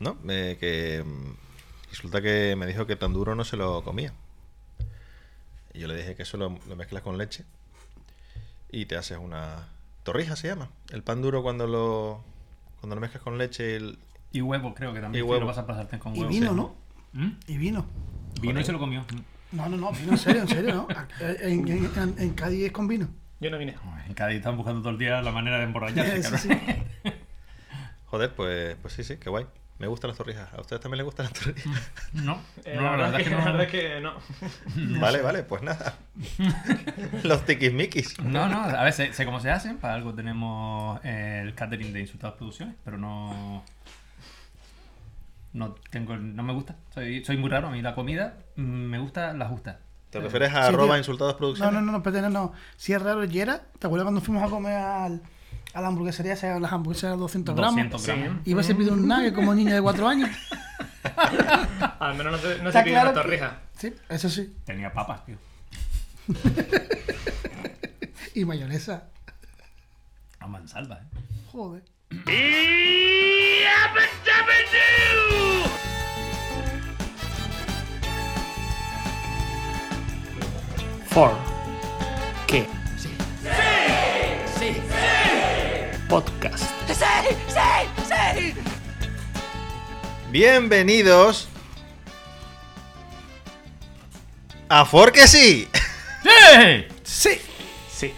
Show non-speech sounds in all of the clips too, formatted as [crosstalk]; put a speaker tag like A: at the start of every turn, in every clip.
A: ¿no? Eh, que mm, resulta que me dijo que tan duro no se lo comía. Y yo le dije que eso lo, lo mezclas con leche y te haces una torrija, se llama. El pan duro cuando lo cuando lo mezclas con leche el-
B: Y huevo, creo que también.
A: Y
B: sí,
A: huevo.
B: Lo vas a pasarte con
A: Y Bueno,
B: huevo. sí.
A: sí.
C: vino, ¿no?
B: ¿Mm?
C: Y vino.
B: Vino
A: Joder.
B: y se lo comió. Mm.
C: No, no, no, vino en serio, en serio,
D: [laughs]
C: ¿no? En, en- en- en Cádiz es con vino.
D: Yo no vine.
B: En Cádiz están buscando todo el día la manera de emborracharse.
C: Eso
B: cabrón.
C: [laughs] Eh, sí.
A: Joder, pues, pues sí, sí, qué guay. Me gustan las torrijas. ¿A ustedes también les gustan las
C: [laughs]
A: torrijas?
B: No,
D: Eh,
B: no, la verdad es que
D: la verdad
B: no.
D: es que no. [laughs]
A: vale, vale, pues
C: [laughs]
A: nada. Los tiquismiquis.
B: No, no, a ver, sé, sé cómo se hacen. Para algo tenemos eh, el catering de Insultados Producciones, pero no. No tengo. No me gusta. Soy, soy muy raro. A mí la comida mm, me gusta la justa.
A: ¿Te refieres a
C: Sí,
A: arroba
C: tío.
A: insultados
C: No,
A: producciones?
C: no, no, no, espérate, no, no. Si es raro, Yera, ¿te acuerdas cuando fuimos a comer al, a la hamburguesería? Se las hamburguesas eran 200 gramos.
B: 200 gramos.
C: Y vas a pedir un nugget como niño de 4 años. [laughs]
D: Al menos no se, no
C: Está
D: se pide
C: claro
D: una
C: que-
D: torrija.
C: Sí, eso sí.
B: Tenía papas, tío.
C: Y mayonesa.
B: A mansalva, ¿eh?
C: Joder.
D: For. ¿Qué? Sí. Podcast.
A: Bienvenidos a Forque sí,
C: Sí.
D: Sí.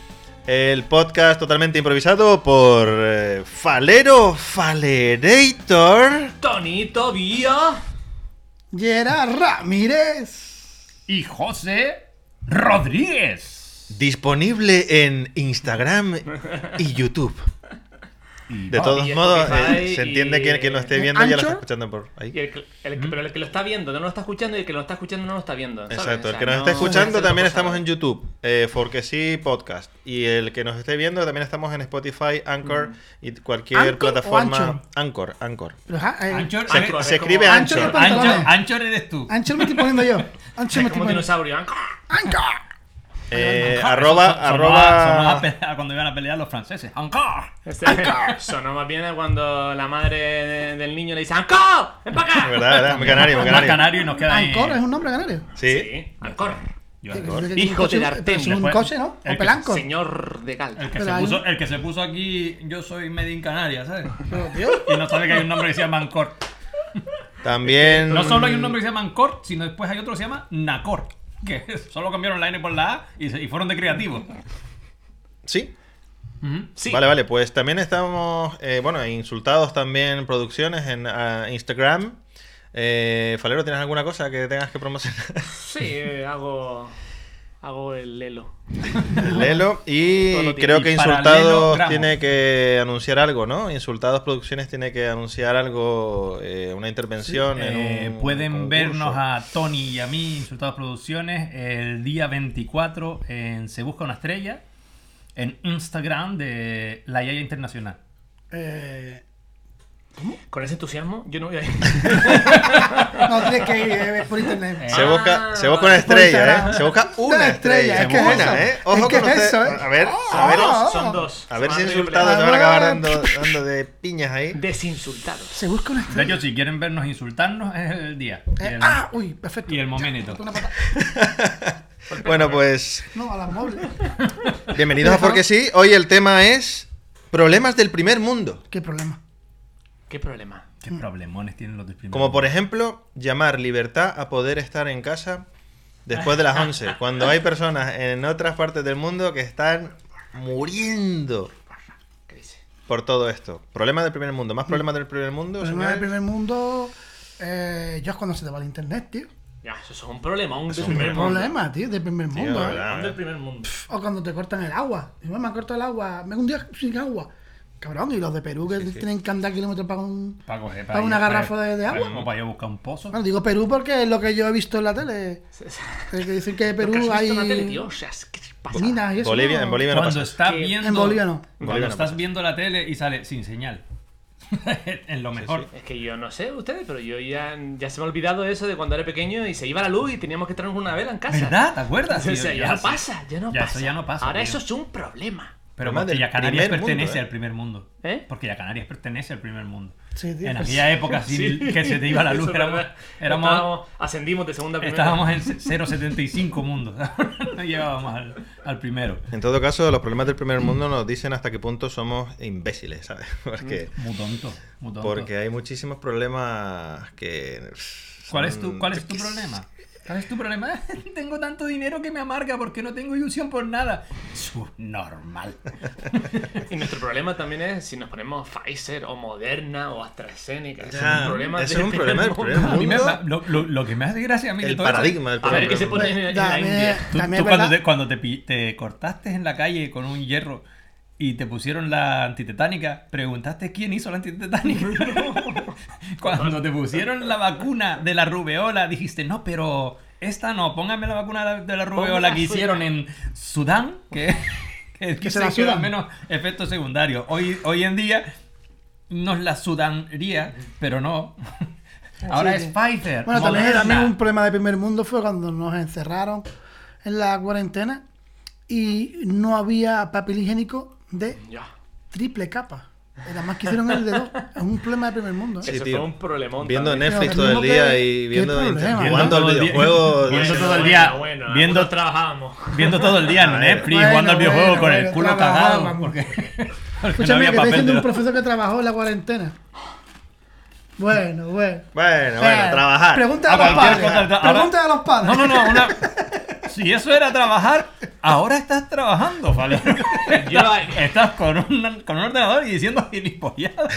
A: el podcast totalmente improvisado por eh, Falero Falerator.
D: Tony Tobía.
C: Yera Ramírez.
B: Y José Rodríguez.
A: Disponible en Instagram y YouTube.
B: [laughs] Y
A: De
B: va-
A: todos
D: y
A: modos,
D: Spotify
A: eh, se entiende
D: y-
A: que quien lo esté
C: ¿Y
A: viendo ya lo está
C: Anchor?
A: escuchando por ahí.
D: Y el, que- el que- pero el que lo está viendo no lo está escuchando y el que lo está escuchando no lo está viendo. ¿sabes?
A: ¿Mm? Exacto,
D: O
A: el
D: sea,
A: que nos
D: no-
A: está escuchando
D: no se
A: también
D: lo
A: estamos
D: sabe.
A: en YouTube, eh, Porque sí Podcast. Y el que nos esté viendo también estamos en Spotify, Anchor y cualquier
C: ¿Anchor o
A: plataforma.
C: Anchor?
A: Anchor, Anchor.
C: Pero, ja,
B: Anchor,
C: eh,
A: Se,
D: Anchor,
A: se
D: es como
A: escribe Anchor.
C: Anchor, es
B: Anchor,
C: pantalones.
B: Anchor eres tú.
C: Ancho me estoy poniendo yo. Ancho me
D: Es
C: estoy
D: como un
C: poniendo.
D: dinosaurio. ¿eh?
C: Ancho.
A: Eh,
B: Eso
A: arroba,
B: sonó-
A: [laughs]
B: sonó a
A: arroba.
B: pe- a cuando iban a pelear los franceses. ¡Encore!
D: Este- Sonó más bien cuando la madre de- del niño le dice ¡Ancor! ¡Ven para acá!
A: ¿Verdad, verdad? Muy canario, muy
B: Más
A: canario.
B: canario y nos queda ahí.
C: Ancor es un nombre canario.
A: Sí.
D: Sí, Ancor.
B: Yo-
D: Hijo de
C: Pero
D: Artemio.
C: Es un
B: Después-
C: coche, ¿no?
B: el que-
C: O pelanco.
D: Señor de Gal.
B: El que,
C: Pero
B: se
C: ahí-
B: puso, el que se puso aquí, yo soy Made in Canarias, ¿sabes?
C: Pero, tío,
B: Y no sabe que hay un nombre que se llama Ancor.
A: También.
B: No solo hay un nombre que se llama Ancor, sino después hay otro que se llama Nacor. Que [laughs] solo cambiaron la N por la A y, se- y fueron de creativos.
A: Sí.
B: Ujú.
D: Sí.
A: Vale, vale. Pues también estamos, eh, bueno, insultados también producciones en ah, Instagram. Eh, Falero, ¿tienes alguna cosa que tengas que
B: [laughs]
A: promocionar?
D: Sí, eh, hago. Hago el lelo.
A: Lelo.
D: Todo
A: Y
D: lo tiene.
A: creo que
B: Y paralelo
A: Insultados
B: gramo.
A: tiene que anunciar algo, ¿no? Insultados Producciones tiene que anunciar algo, eh, una intervención. en
B: Eh,
A: un
B: pueden
A: concurso.
B: vernos a Tony y a mí, Insultados Producciones, el día 24 en Se Busca una Estrella, en Instagram de La Yaya Internacional.
C: [laughs] eh,
D: Con ese entusiasmo, yo no
A: [laughs]
D: voy a [laughs] ir.
C: no, tienes que ir eh, por internet.
A: Se
D: Ah,
A: busca, se busca
D: vale.
A: una estrella, ¿eh?
C: Instagram.
A: Se busca una,
C: pues Una
A: estrella.
C: estrella, es que
A: Buena,
C: es eso.
A: ¿eh? Ojo
C: Es que
A: con
C: es
A: usted.
C: eso, ¿eh?
A: A ver, a
C: Ah.
A: ver,
D: Son dos.
A: Oh. a ver
D: Son
A: si
D: horribles.
A: insultados se van a acabar dando, dando de piñas ahí.
D: Desinsultados.
C: Se busca una
B: De
C: estrella.
B: hecho, si quieren vernos insultarnos, es el día. Y
C: Eh,
B: el-
C: ah, uy, perfecto.
B: y el momento.
C: Una pata-
A: Bueno, pues
C: No, a la móvil.
A: bienvenidos a Porque sí. Hoy el tema es problemas del primer mundo. [laughs]
C: Qué problema.
D: ¿Qué problema?
B: Qué problemones tienen los del primer
A: Como por
B: mundo.
A: ejemplo, llamar libertad a poder estar en casa después de las 11, cuando hay personas en otras partes del mundo que están muriendo
D: ¿Qué dice?
A: por todo esto. Problemas del primer mundo, más problemas del primer mundo.
C: Problema del
A: señores?
C: primer mundo. Eh, yo es cuando se te va el internet, tío.
D: Ya, eso es un problema. Un
A: Eso es
D: del
A: un
D: primer mundo. [laughs]
C: Problema, tío, del primer
A: Tío,
C: mundo.
A: de
C: ¿eh?
A: verdad.
D: Un del primer mundo.
C: O cuando te cortan el agua. Y bueno, me han cortado el agua. Me he hundido sin agua. Cabrón, y los de Perú que tienen que andar kilómetros para un.
B: Para coger-
C: para una
B: ir-
C: garrafa de- de agua. Ah.
B: Para, para ir a buscar un pozo.
C: Bueno, digo Perú porque es lo que yo he visto en la tele. Eh, Que dicen que de Perú hay. Minas y eso.
A: Bolivia,
C: ¿no?
A: en Bolivia no
B: Cuando
A: pasa.
B: estás
D: Que-
B: viendo.
C: En Bolivia no.
A: En
B: Cuando
A: Bolivia no
B: estás
A: pasa.
B: viendo la tele y sale sin señal. [laughs] en lo mejor.
D: Es que yo no sé ustedes, pero yo ya, ya se me ha olvidado eso de cuando era pequeño y se iba la luz y teníamos que traernos una vela en casa.
B: ¿Verdad? ¿Te acuerdas?
D: [laughs] O sea,
B: Sí,
D: ya
B: ya
D: no
B: sé.
D: pasa, ya no
B: Ya, eso
D: pasa.
B: ya no pasa,
D: Ahora
B: tío.
D: eso es un problema.
B: Pero
A: Problema del
B: porque ya Canarias
A: primer mundo,
B: pertenece
A: ¿eh?
B: al primer mundo.
D: ¿Eh?
B: Porque ya Canarias pertenece al primer mundo.
C: Sí, tío,
B: en
C: pues-
B: aquella época
D: [laughs]
B: sí, que se te iba la
D: eso
B: luz
D: es
B: éramos,
D: verdad.
B: éramos-
D: Estábamos- ascendimos de segunda a primera.
B: estábamos en 0,75 mundos. [laughs] no llegábamos al, al primero.
A: En todo caso, los problemas del primer mundo nos dicen hasta qué punto somos imbéciles, ¿sabes? [laughs] Porque,
B: Muy tonto. Muy tonto.
A: porque hay muchísimos problemas que...
B: ¿Cuál es
A: son-
B: tu, cuál es tu problema? ¿Cuál es tu problema? [laughs] tengo tanto dinero que me amarga porque no tengo ilusión por nada. Subnormal.
D: Y nuestro problema también es si nos ponemos Pfizer o Moderna o AstraZeneca. Eso
A: Ya,
D: es un problema.
A: eso
D: del
A: es un problema del
D: primer
A: primer
D: mundo.
B: A mí me-
A: mundo.
B: lo, lo- lo que me hace gracia a mí de
A: El
B: todo esto-
A: paradigma del
D: A
A: problema
D: ver qué se
A: del
D: pone en,
A: mundo.
D: en la
C: Dame-
A: [laughs]
D: India.
B: Tú,
C: También
B: tú
C: es
B: cuando,
C: verdad-
B: te, cuando te pi- te cortaste en la calle con un hierro y te pusieron la antitetánica, preguntaste quién hizo la antitetánica.
C: [laughs]
B: cuando te pusieron la vacuna de la rubeola, dijiste, no, pero esta no, póngame la vacuna de la- de la rubeola
D: Póngala
B: que hicieron en Sudán, que, que,
C: Que se
B: se
C: la sudan.
B: menos efectos secundarios. Hoy, hoy en día nos la sudaría, pero no. Ahora
C: que-
B: es Pfizer.
C: Bueno, también,
B: Moderna.
C: también un problema de primer mundo fue cuando nos encerraron en la cuarentena y no había papel higiénico de
D: Ya.
C: triple capa. Era más que hicieron el de dos. Es un problema de primer mundo. ¿eh?
A: Sí,
D: Eso
A: tío.
D: fue un problemón.
A: Viendo
D: también.
A: Netflix
C: Pero
A: todo el
C: tenemos
A: día
C: que-
A: y
C: ¿qué
A: viendo
C: problema?
A: internet,
C: Viendo
A: jugando al
B: todo el día-
A: videojuego.
B: viendo
A: diciendo,
B: todo el
D: Bueno,
B: día,
D: bueno,
B: viendo-
D: algunos trabajábamos.
B: Viendo todo el día en Netflix,
C: bueno,
B: jugando al
C: bueno,
B: videojuego con el
C: bueno,
B: culo
C: trabajábamos.
B: cagado. Porque, porque no
C: Escúchame,
B: había
C: que estoy
B: papel.
C: diciendo
B: de
C: un
B: lo-
C: profesor que trabajó en la cuarentena. Bueno, bueno.
A: Bueno,
C: O
B: Eh,
A: bueno,
C: sea,
A: trabajar.
C: Pregunta a,
B: A
C: los
B: Ah, cualquier
C: padres.
B: cosa, ahora-
C: Pregunta a los padres.
B: No, no, no. Una... Si eso era trabajar, ahora estás trabajando, ¿vale?
D: [laughs] Yo,
B: Estás con un, con un ordenador y diciendo gilipolladas.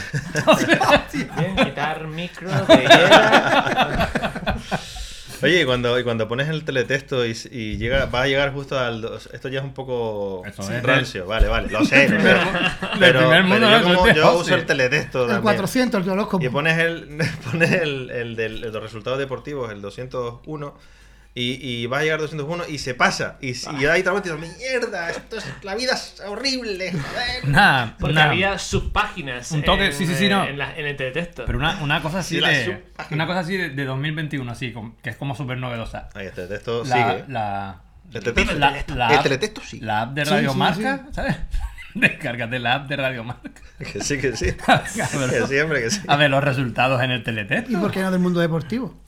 B: O sea,
D: bien, quitar micro,
B: [laughs]
D: te llega.
A: [laughs] Oye, y cuando, y cuando pones el teletexto y, y llega, va a llegar justo al. dos- Esto ya es un poco
B: Eso es.
A: rancio, vale, vale, lo sé. lo sé.
B: primer mu- del
A: pero
B: primer mundo,
A: pero yo,
B: no,
A: como-
B: eso es
A: yo
B: hostia.
A: uso el teletexto
C: El
A: también.
C: 400, el
A: Y
C: horóscopo.
A: pones el, [laughs] pones el, el del- el de los resultados deportivos, el 201. Y, y vas a llegar al 201 y se pasa. Y, si- y da ahí otra vuelta y dices, mierda, esto es, la vida es horrible, joder.
B: nada,
D: Porque
B: nada.
D: había subpáginas.
B: Un toque,
D: en,
B: sí, sí, sí, no.
D: En, la- en el teletexto.
B: Pero una, una cosa así
A: Sí, la
B: de,
A: sub-
B: una cosa así de, de 2021, así, con- que es como súper novedosa.
A: Ahí el teletexto
B: La,
A: sigue.
B: la,
A: El teletexto-
B: la-
A: el teletexto-
B: la
A: el
B: app-
A: teletexto sigue.
B: La app de
C: Sí,
B: Radio
C: sí,
B: Marca,
C: sí.
B: ¿sabes? [laughs] Descárgate la app de Radio Marca.
A: [laughs] Que sí, que sí.
B: Cabrón.
A: que siempre que sí.
B: A ver los resultados en el
C: ¿Y
B: teletexto.
C: por qué no del mundo deportivo?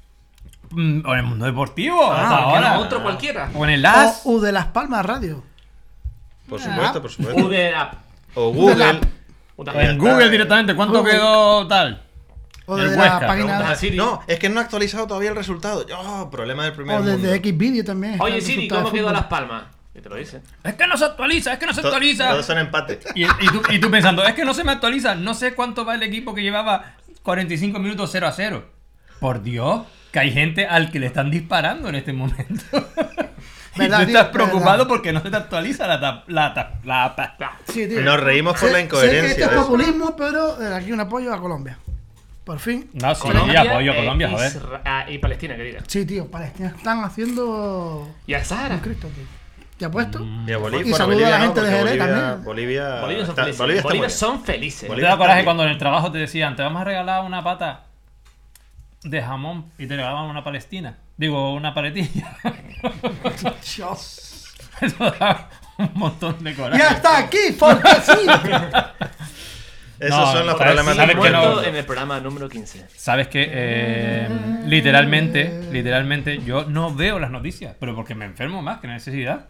B: Mm, O en el mundo deportivo.
D: Ah,
B: hasta
D: porque
B: ahora.
D: no, otro cualquiera.
B: O en el AS.
C: O, o de Las Palmas Radio.
A: Por supuesto, por
D: U
A: supuesto.
D: de app.
A: O Google.
D: Puta,
B: o en
A: está,
B: Google
A: eh.
B: directamente. ¿Cuánto
C: Google.
B: quedó tal?
C: O
B: El
C: de
B: Huesca,
C: la
D: preguntas a
C: página.
D: Siri.
A: No, es que no ha actualizado todavía el resultado. Oh, problema del primer
C: O
A: mundo.
C: desde Xvideo también.
D: Oye,
C: el
D: Siri,
C: resultado
D: ¿cómo
C: de
D: quedó
C: fútbol.
D: Las Palmas? Que te lo dice.
B: Es que no se actualiza, es que no se
A: To-
B: actualiza.
A: Todos son empates.
B: Y, y tú, y tú pensando, es que no se me actualiza. No sé cuánto va el equipo que llevaba 45 minutos 0 a 0. Por Dios, que hay gente al que le están disparando en este momento.
D: [laughs]
B: y tú
C: Verdad, tío,
B: estás preocupado
C: verdad.
B: porque no se te actualiza la tap- la tap- la pa-
D: Ah,
C: Sí, tío.
A: Nos reímos por la
C: Sé- Sé que
A: incoherencia. ¿eh?
C: esto es
A: de eso.
C: populismo, pero eh, aquí un apoyo a Colombia. Por fin.
B: No, sí, yo apoyo a
D: eh,
B: Colombia, joder.
D: Isra- ah, y Palestina, que diga.
C: Sí, tío, Palestina. Están haciendo.
D: Y a Sahara.
C: un Cristo, tío. ¿Te apuesto?
A: Y a Mm, Bolivia,
C: Y
A: bueno,
C: saludo
A: Bolivia
C: a la
A: no,
C: gente de
A: porque
C: Jerez
A: Bolivia,
C: también.
A: Bolivia,
D: Bolivia son
A: está,
D: felices.
A: Bolivia está muy
D: Bolivia
A: bien.
D: son felices.
B: ¿Te
A: Bolivia-
B: da coraje
A: bien.
B: cuando en el trabajo te decían, te vamos a regalar una pata de jamón y te regalaban una palestina? Digo, una paletilla. [laughs]
A: pues.
C: [laughs] Dios.
B: Eso da un montón de coraje.
C: Y hasta aquí, Fortecín.
A: Esos
B: No,
A: son los
B: para
A: problemas
B: decir
A: del
B: que
A: mundo.
B: no.
D: Muerto en el programa número 15.
B: Sabes que eh, literalmente, literalmente yo no veo las noticias, pero porque me enfermo más que necesidad.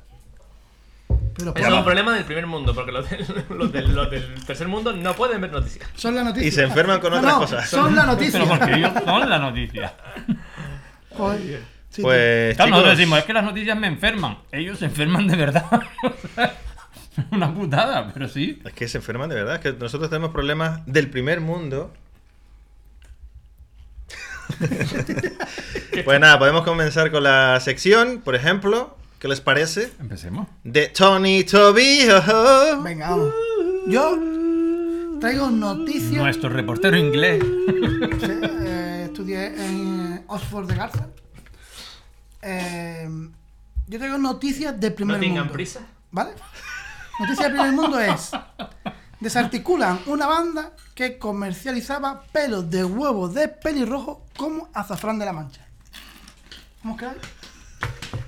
C: Pero
D: Eso es
C: por-
D: un problema del primer mundo, porque los del, [laughs] los del, los del tercer mundo no pueden ver noticias.
C: pues, son las noticias.
A: Y se enferman con
C: No,
A: otras
C: no,
A: cosas.
C: Son
A: [laughs]
C: las noticias.
B: Pero porque ellos son las noticias.
C: Joder. Sí, tío.
A: Pues,
B: Claro, nosotros decimos,
A: chicos,
B: es que las noticias me enferman. Ellos se enferman de verdad. [laughs] Una putada, pero sí.
A: es que se enferman de verdad. Es que nosotros tenemos problemas del primer mundo. pues nada, podemos comenzar con la sección, por ejemplo. ¿Qué les parece?
B: Empecemos.
A: De Tony Toby.
C: Venga, vamos. Yo traigo noticias.
B: Nuestro reportero inglés.
C: Sí, eh, estudié en Oxford de Garza. Eh, yo traigo noticias del primer
D: No tengan
C: mundo.
D: prisa.
C: ¿Vale? Noticias del primer mundo es. Desarticulan una banda que comercializaba pelos de huevo de pelirrojo como azafrán de la mancha. ¿Cómo os quedáis?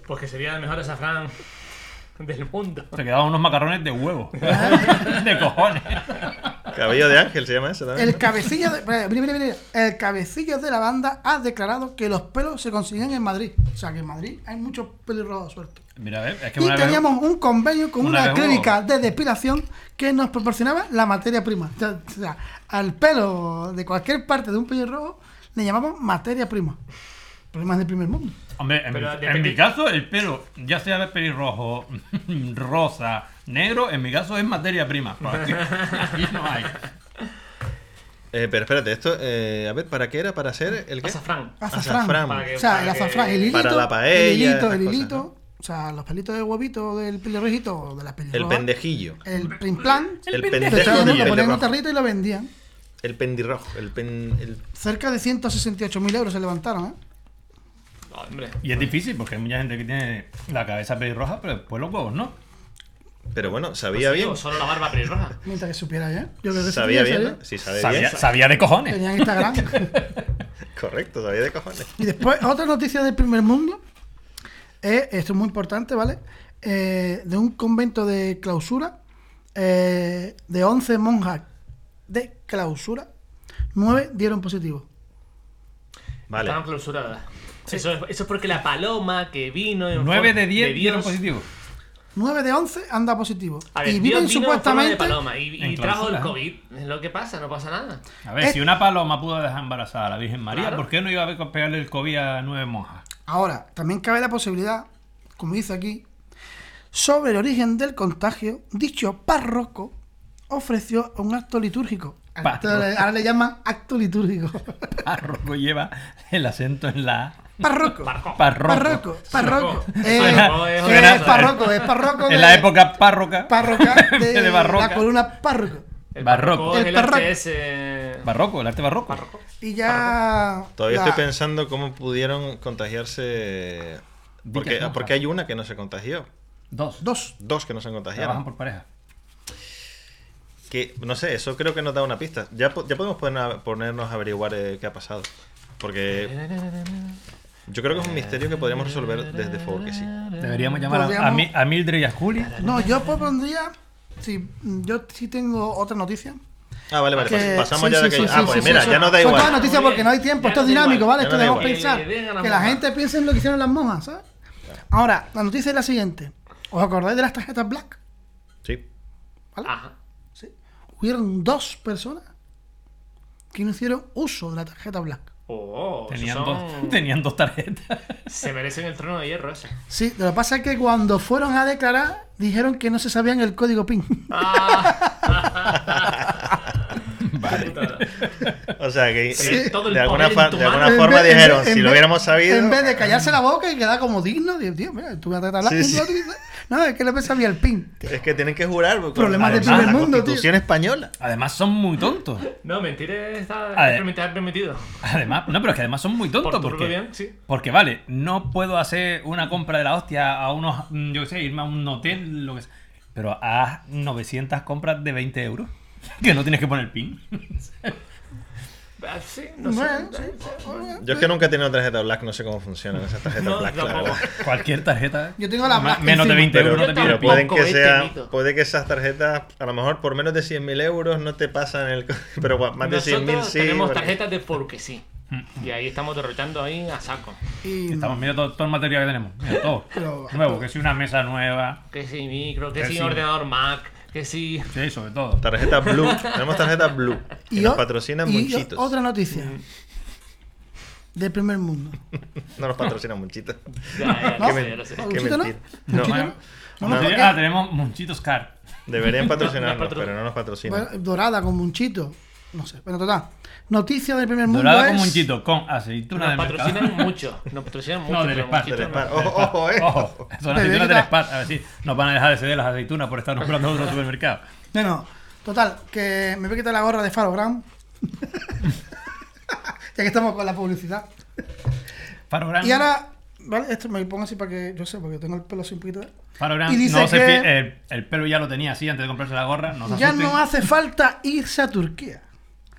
D: Porque sería mejor azafrán. del mundo.
B: Te quedaban unos macarrones de
C: [laughs]
B: huevo.
C: Ah.
B: de cojones.
A: Cabello de ángel se llama eso también.
C: El
A: ¿no?
C: cabecilla de, mira, mira, mira, el cabecilla de la banda ha declarado que los pelos se consiguen en Madrid. O sea que en Madrid hay muchos pelirrojos sueltos.
B: Mira, a ver, es que
C: Y
B: una vez-
C: teníamos un convenio con
B: una
C: una,
B: vez hubo-
C: clínica de depilación que nos proporcionaba la materia prima. O sea, o sea, al pelo de cualquier parte de un pelirrojo le llamamos materia prima. Problemas del primer mundo.
B: Hombre, en, mi,
D: Pero de
B: en mi
D: peli-
B: caso, el pelo, ya sea de pelirrojo, [laughs] rosa, negro, en mi caso es materia prima. Aquí, aquí no hay.
A: Eh, pero espérate, esto, eh, a ver, ¿para qué era? ¿Para hacer el qué?
D: Azafrán.
C: Azafrán.
A: Azafrán.
D: Para que-
C: O sea, el
D: para que-
C: azafrán, el hilito,
A: para la paella,
C: el hilito,
A: esas
C: el
A: cosas,
C: hilito.
A: ¿no?
C: O sea, los pelitos de huevito del pelirrojito o de la pelirroja.
A: El pendejillo.
C: El primplan.
A: El
C: Que
A: pendejo
C: estaban, lo ponían en un
A: pelirrojo.
C: tarrito y lo vendían.
A: El pendirrojo. El pen, el-
C: Cerca de 168.000 euros se levantaron, ¿eh?
D: No, hombre.
B: Y es difícil porque hay mucha gente que tiene la cabeza pelirroja, pero después los huevos no.
A: Pero bueno,
D: Pues
A: sabía
D: sí,
A: bien.
D: o Solo la barba pelirroja.
C: Mientras que supiera bien. Yo creo que sí
A: Sabía
C: tenía,
A: bien,
C: ¿sabía?
A: ¿no? Sí, sabía,
B: Sabía,
A: bien.
B: sabía de cojones.
C: Tenían Instagram.
A: [laughs] Correcto, sabía de cojones.
C: y después, otra noticia del primer mundo. es- esto es muy importante, ¿vale? Eh, de un convento de clausura. eh, de 11 monjas de clausura. 9 dieron positivo.
A: Vale.
D: Estaban clausuradas. Eso, es, eso es porque la paloma que vino. en
B: 9
D: forma
B: de 10 dieron
D: Dios-
B: positivo.
C: 9 de 11 anda positivo.
D: A ver,
C: y
D: Dios
C: viven
D: vino en forma de
C: supuestamente.
D: paloma y, y
B: En
D: trajo el
B: clausura, ¿no?
D: COVID. Es lo que pasa, no pasa nada.
B: A ver,
C: Es-
B: si una paloma pudo dejar embarazada a la Virgen María,
D: Claro.
B: ¿por qué no iba a pegarle el COVID a nueve monjas? [laughs]
C: Ahora, también cabe la posibilidad, como dice aquí, sobre el origen del contagio, dicho párroco ofreció un acto litúrgico.
B: Párroco.
C: Ahora le- ahora le llaman acto litúrgico.
B: Párroco lleva el acento en la A.
C: Párroco.
D: Barco.
B: Párroco.
C: Párroco. Párroco.
D: Párroco.
C: Eh,
D: Suena-
C: eh,
D: suena-
C: es párroco. Es párroco.
B: En la época párroca.
C: Párroca de,
B: [laughs] de barroca.
C: la columna párroco.
D: El
B: Barroco.
D: barroco.
C: El
D: El
C: barroco.
D: RTS, eh,
B: Barroco, el arte barroco.
D: barroco.
C: Y ya.
A: Todavía
C: la-
A: estoy pensando cómo pudieron contagiarse. Porque,
B: Dichas
A: porque hay una que no se contagió.
B: Dos.
C: Dos.
A: Dos que no se
B: Trabajan
A: contagiaron.
B: por pareja.
A: Que, no sé, eso creo que nos da una pista. Ya, po- ya podemos poner a- ponernos a averiguar eh, qué ha pasado. Porque yo creo que es un misterio que podríamos resolver desde favor que sí.
B: Deberíamos llamar a, a,
C: Podríamos-
B: Mi- a Mildred y a Juli.
C: No, yo propondría. Sí, yo sí tengo otra noticia.
A: Ah, vale, vale.
C: Que-
A: pas- Pasamos
C: sí,
A: ya de
C: sí,
A: aquello.
C: sí,
A: ah,
C: sí,
A: pues
C: sí,
A: mira,
C: sí,
A: ya
C: sí.
A: nos da
C: Son
A: igual.
C: todas noticias
D: Muy
C: porque
D: bien.
C: no hay tiempo,
D: Ya
C: esto es
D: nos da
C: dinámico,
D: igual,
C: ¿vale?
A: ya nos
C: Esto
A: da
C: debemos
A: igual.
C: pensar.
D: Que le den a la
C: Que la
D: monja.
C: gente piense en lo que hicieron las monjas, ¿sabes? Ahora, la noticia es la siguiente. ¿Os acordáis de las tarjetas black?
A: Sí. Ah,
D: Ajá.
C: ¿Sí? Hubieron dos personas que no hicieron uso de la tarjeta black.
D: Oh, esos
B: Tenían,
D: son-
B: dos, [laughs] tenían dos tarjetas.
D: Se merecen el trono de
B: [laughs]
D: hierro ese.
C: Sí, lo que pasa es que cuando fueron a declarar, dijeron que no se sabían el código PIN.
D: Ah.
B: Vale.
A: O sea que
D: Sí.
A: eh,
D: Todo el
A: de, alguna,
D: poder en
A: fa-
D: tu
A: de
D: mano.
A: alguna
C: En
A: forma
C: vez- en
A: dijeron,
C: vez- en
A: si lo
C: vez-
A: hubiéramos sabido.
C: En vez de callarse la boca y quedar como digno, digo, tío, mira, tuve una tarjeta black.
A: Sí,
C: y
A: sí.
C: no lo utilicé". No, es que no me sabía el PIN.
A: Es que tienen que jurar. porque
C: Problemas
B: de
A: además, la
B: primer
C: mundo, tío.
A: Constitución española.
B: Además son muy tontos.
D: No, mentir está
B: A ver.
D: permitido. permitido.
B: Además, no, pero es que además son muy
D: Por
B: tontos
D: tu propio
B: porque
D: bien, sí.
B: porque vale, no puedo hacer una compra de la hostia a unos, mm, yo qué sé, irme a un hotel, lo que sea. Pero haz 900 compras de 20 euros. [laughs] Que no tienes que poner pin.
D: Ah, Sí, no
C: Bueno,
D: sé.
C: sí, bueno.
A: Yo es que nunca he tenido tarjeta black, no sé cómo funcionan esas tarjetas
D: No,
A: black, la
D: tampoco.
A: verdad.
B: Cualquier tarjeta.
C: Yo tengo la
B: Ma-
C: black
B: Menos de
C: encima.
B: 20
A: Pero,
B: euros no
D: Yo
B: te
A: pero
B: piden
D: tampoco.
B: pin.
A: pueden que
D: he
A: sea,
D: tenido.
A: puede que esas tarjetas, a lo mejor por menos de 100.000 euros no te pasan el. co- [laughs] Pero gua- más de
D: Nosotros
A: 100.000 sí.
D: tenemos
A: porque-
D: tarjetas de porque sí. Y ahí estamos derrochando ahí a saco.
C: Y-
B: Estamos, mira todo, todo el material que tenemos. Mira, todo.
C: Pero-
B: Nuevo, que si una mesa nueva.
D: Que sí, micro, que
B: Que
D: sí,
B: sí.
D: ordenador Mac,
A: [laughs]
D: que sí.
B: Sí, sobre todo.
A: Tarjeta Blue. Tenemos tarjeta Blue. Y,
C: [laughs] Y
A: nos
C: o-
A: patrocinan
C: y
A: Monchitos.
C: Otra noticia. Del primer mundo.
A: [laughs] No nos patrocinan Monchitos.
D: Ya, ya,
C: ¿No?
D: lo sé, ya lo
A: [laughs]
D: sé.
A: Qué
C: ¿Monchito no?
A: mentira. No,
C: ¿Monchito no? No, no,
B: Ah,
C: porque-
B: tenemos Munchitos Car.
A: deberían
D: No
A: patrocinarnos,
D: [laughs] nos patrocinan.
A: pero no nos patrocinan.
C: Bueno, dorada con munchito. No sé. Bueno, total. Noticia del primer mundo.
B: Dorada con
C: es-
B: Munchito, con aceituna
D: Nos
B: de mercado.
D: patrocinan mucho. Nos patrocinan mucho.
B: No, del
D: pero
B: Spar.
D: muchito
A: Del
D: no.
A: Spar. Ojo, ojo, eh.
B: [laughs] Ojo, son aceitunas del Spar. A ver si nos van a dejar de ceder las aceitunas por estar nombrando otro supermercado.
C: No, no. Total, que me voy a quitar la gorra de Farogram. [laughs] ya que estamos con la publicidad.
B: Farogram.
C: Y ahora, ¿vale? Esto me lo pongo así para que yo sé, porque tengo el pelo así un poquito.
B: Farogram,
C: y dice
B: no se
C: que-
B: fie- el, el pelo ya lo tenía así antes de comprarse la gorra. No se
C: Ya
B: asusten.
C: no hace falta irse a Turquía.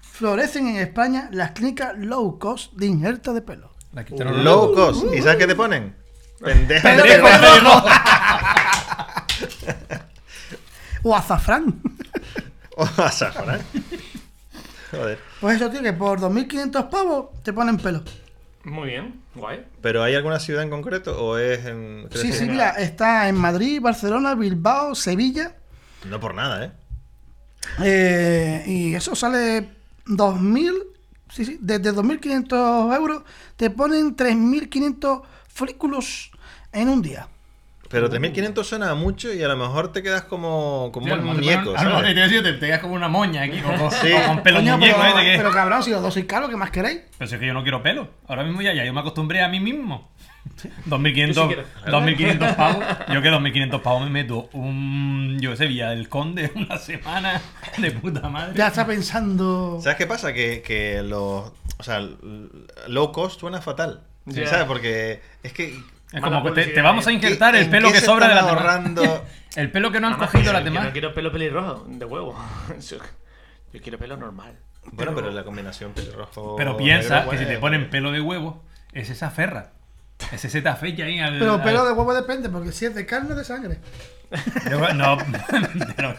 C: Florecen en España las clínicas low cost de injerta de pelo.
B: La quitaron los-
A: Low cost. ¿Y sabes qué te ponen? Pendeja [laughs]
C: Pero
A: de
C: de
A: pelo.
C: color rojo. O azafrán. [laughs]
A: O azafrán. ¿eh? Joder.
C: Pues eso, tío, que por 2.500 pavos te ponen pelo.
D: Muy bien, guay.
A: ¿Pero hay alguna ciudad en concreto o es en.? quiero
C: Sí,
A: decir,
C: Sicilia está en Madrid, Barcelona, Bilbao, Sevilla.
A: No por nada, ¿eh?
C: Eh, y eso sale 2.000, sí, sí, desde 2.500 euros te ponen 3.500 frículos en un día.
A: Pero 3.500 suena a mucho y a lo mejor te quedas como, como
B: Tío,
A: un
B: cuando te
A: muñeco,
B: ponen- ah, no, te,
A: ¿sabes?
B: iba a decir, te, te quedas como una moña aquí, o
C: [laughs]
B: con,
A: Sí.
B: o con pelo
C: Coño,
B: muñeco ¿eh?
C: pero,
B: ese que-
C: pero cabrón, si los dos sois caros, ¿qué más queréis?
B: Pero si es que yo no quiero pelo. Ahora mismo ya, ya yo me acostumbré a mí
D: [laughs]
B: mismo. 2500,
D: Yo
B: [laughs]
D: sí quiero.
B: 2500 pavos. Yo que 2500 pavos me meto un. Yo ese día del Conde, [laughs] una semana de puta madre.
C: Ya está pensando.
A: ¿Sabes qué pasa? Que, que los. O sea, l- low cost suena fatal.
D: Ya.
A: ¿Sabes? Porque es que.
B: es
D: mala
B: como que te, te
D: publicidad,
B: vamos a
D: ¿eh?
B: injertar
A: ¿En
B: el pelo
A: qué
B: que
A: se
B: sobra de la
A: están
B: demás.
A: ahorrando?
B: [laughs] El pelo que no han
D: Mamá,
B: cogido
D: yo-
B: las
D: Yo
B: demás.
D: no quiero pelo pelirrojo, de huevo. [laughs] Yo yo quiero pelo normal.
A: Bueno, pero la combinación pelirrojo.
B: Pero piensa
A: negro,
B: que si
A: bueno,
B: te ponen pelo de huevo, ese se aferra. Ese se te afecha ahí al.
C: Pero
B: al-
C: pelo de huevo depende, porque si es de carne de sangre.
B: Yo- No, [laughs] pero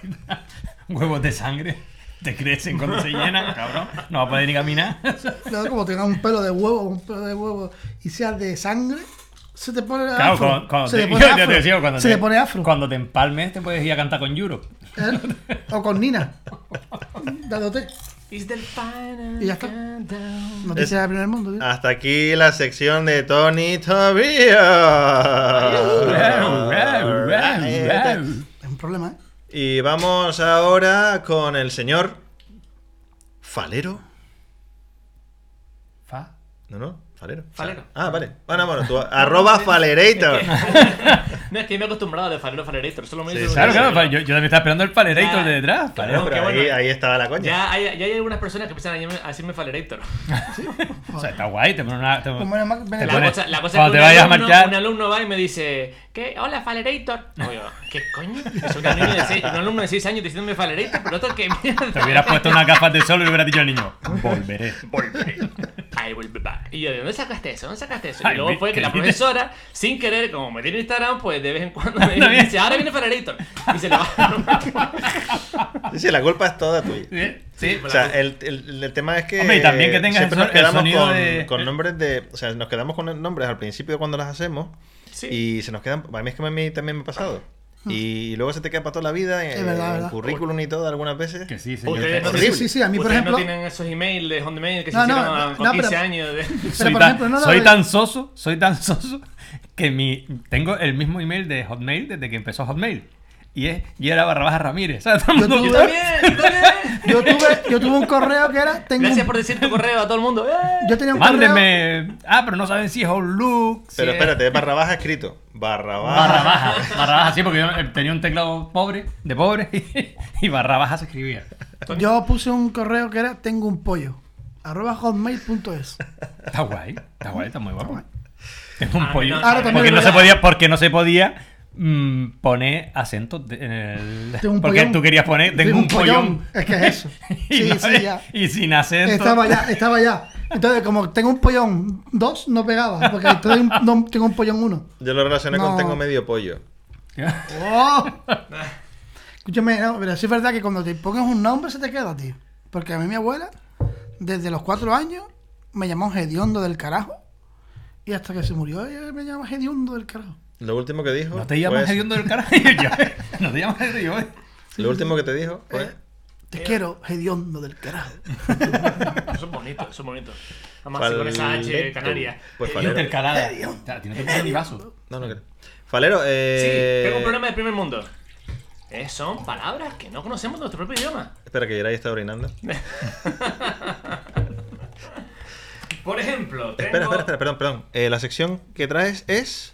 B: huevos de sangre te crecen cuando se llenan, cabrón. No va a poder ni caminar.
C: Claro, como tengas un pelo de huevo, un pelo de huevo y sea de sangre, se te pone
B: Claro,
C: afro.
B: cuando, cuando
C: se
B: te,
C: le pone
B: [laughs] yo te
C: afro.
B: decía, cuando
C: se
B: te-
C: le pone afro.
B: Cuando te empalmes, te puedes ir a cantar con [laughs] Yuro.
C: ¿Eh? O con Nina. Dándote.
D: Is the final
C: Y ya está.
D: countdown. [laughs]
C: Noticias del primer mundo, tío.
A: Hasta aquí la sección de Tony Tobías.
C: Es un problema, ¿eh?
A: Y vamos ahora con el señor Falero.
B: Fa.
A: No, no, Falero.
D: Falero.
A: Ah, vale. Bueno, bueno, tú arroba
B: [laughs]
A: Falerator.
D: No, es que me he acostumbrado a de farero farerator. Solo me
A: Sí,
D: dice
A: sí,
D: una
B: Claro,
A: sí.
D: cosa.
B: claro, yo, yo también estaba esperando el palerator
D: Ah.
B: de detrás.
A: Claro,
B: Falero.
A: pero
D: qué bueno.
A: ahí, ahí estaba la coña.
D: Ya hay, ya hay algunas personas que empiezan a llamarme- a decirme farerator.
B: O sea, está guay, te ponen una. te-
C: Como era más-
B: Te
D: La
B: pones-
D: cosa, la cosa
B: cuando
D: es
B: te
D: que
B: vayas a
D: un, alumno,
B: marchar-
D: un alumno va y me dice, ¿qué? Hola, Falerator. Oye, ¿qué coño? Es un, niño de seis- un alumno de 6 años diciéndome Falerator, pero otro que mierda.
B: Te hubieras puesto unas gafas de sol y hubieras dicho al niño, volveré.
D: I will be back. Y yo, ¿de dónde sacaste eso? ¿Dónde sacaste eso?
B: Ay,
D: Y luego fue que la
B: ¿qué dices?
D: profesora, sin querer, como me tiene Instagram, pues de vez en
B: [laughs]
D: cuando me
B: bien.
D: dice, ahora viene Falerator. Y se
B: [laughs]
D: le va.
A: Sí, sí, la culpa es toda tuya.
B: Sí, sí.
A: O sea, el, el- el tema es que.
B: Hombre, y también que tengas
A: siempre
B: el
A: nos
B: so-
A: quedamos
B: el sonido
A: con,
B: de-
A: con nombres de. O sea, nos quedamos con nombres al principio cuando las hacemos.
D: Sí.
A: Y se nos quedan. A mí es que a mí también me ha pasado. Y luego se te queda para toda la vida en
C: Ah. Es verdad,
A: el
C: verdad.
A: currículum y todo algunas veces.
B: Que sí, señor.
D: Ustedes no
A: horrible.
D: tienen-
C: Sí, sí, sí, a mí, por
D: ustedes
C: ejemplo-
D: no tienen esos emails de on demand que se
C: No, no,
D: hicieron
C: no,
D: con
C: no,
D: 15
C: pero- [laughs]
D: años. De...
C: Pero
B: soy
C: por
B: tan,
C: ejemplo, no lo
B: soy
C: de-
B: tan soso, soy tan soso que mi tengo el mismo email de Hotmail desde que empezó Hotmail. Y es y era barra baja Ramírez. ¿sabes? Todo el
C: Yo
B: mundo-
D: Yo
C: tuve-
D: también, yo también.
C: Yo tuve, yo tuve un correo que era. Tengo
D: Gracias
C: un-
D: por decir tu correo a todo el mundo. ¡Eh!
C: Yo tenía un correo.
B: Mándeme. Ah, pero no saben si es Outlook. si
A: Pero
B: es-
C: eh.
A: espérate, es barra baja escrito. Barra baja.
B: Barra baja. Barra baja, sí, porque yo eh, tenía un teclado pobre, de pobre, [laughs] y, barra baja se escribía.
C: Yo puse un correo que era tengo un pollo. Arroba hotmail.es.
B: Está guay, está guay, está muy guapo. Es un
D: Ah,
B: pollo.
D: no, Ahora
C: también
B: porque,
C: es
B: no se
C: verdad.
B: podía, porque no se podía mm, poner acento de- en el.
C: Tengo un
B: porque
C: pollón.
B: tú querías poner. Tengo un pollón.
C: Es que es eso.
B: [laughs] y,
C: Sí,
B: no-
C: sí, ya.
B: y sin acento.
C: Estaba ya, estaba ya. Entonces, como tengo un pollón dos, no pegaba. Porque entonces no- tengo un pollón uno.
A: Yo lo relacioné con
C: No.
A: tengo medio pollo.
C: ¡Oh! [laughs] Escúchame, no, pero sí es verdad que cuando te pongas un nombre se te queda, tío. Porque a mí mi abuela, desde los cuatro años, me llamó Gediondo del carajo. Y hasta que se murió, ella me llamaba Gediondo del carajo.
A: Lo último que dijo.
B: [laughs] No te
A: fue
B: llamas
D: Pues-
A: eso.
B: hediondo del carajo. [laughs] Yo, no te llamas hediondo. yo, eh.
A: Lo último que te dijo fue.
C: Eh. Te quiero, Gediondo del carajo.
D: Eso es bonito, eso es bonito. Además, así con esa H
A: Falero.
D: canaria.
A: Pues
B: Hediondo
A: Falero.
B: del carajo. O sea, a ti no te pones ni vaso.
A: No, no creo. Falero,
D: Sí,
A: eh.
D: tengo un problema del primer mundo. Eh, son palabras que no conocemos en nuestro propio idioma.
A: Espera, que Yeray está orinando.
D: Por ejemplo, tengo...
A: Espera, espera, espera, perdón, perdón. Eh, la sección que traes es.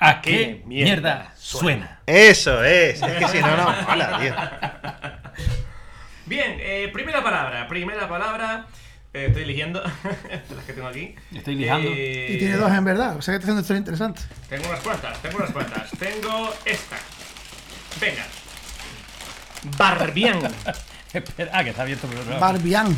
B: ¿A qué mierda suena?
A: Eso es. Es que si no, no. Hola, tío.
D: Bien, eh, primera palabra, primera palabra. Eh, estoy eligiendo [laughs] las que tengo aquí.
B: Estoy lijando.
D: Eh,
C: Y tiene dos en verdad. O sea que está haciendo esto interesante.
D: Tengo unas cuantas, tengo unas cuantas. tengo esta. Venga. Barbián.
B: [laughs] Espera, ah, que está abierto. Pero,
C: Barbián.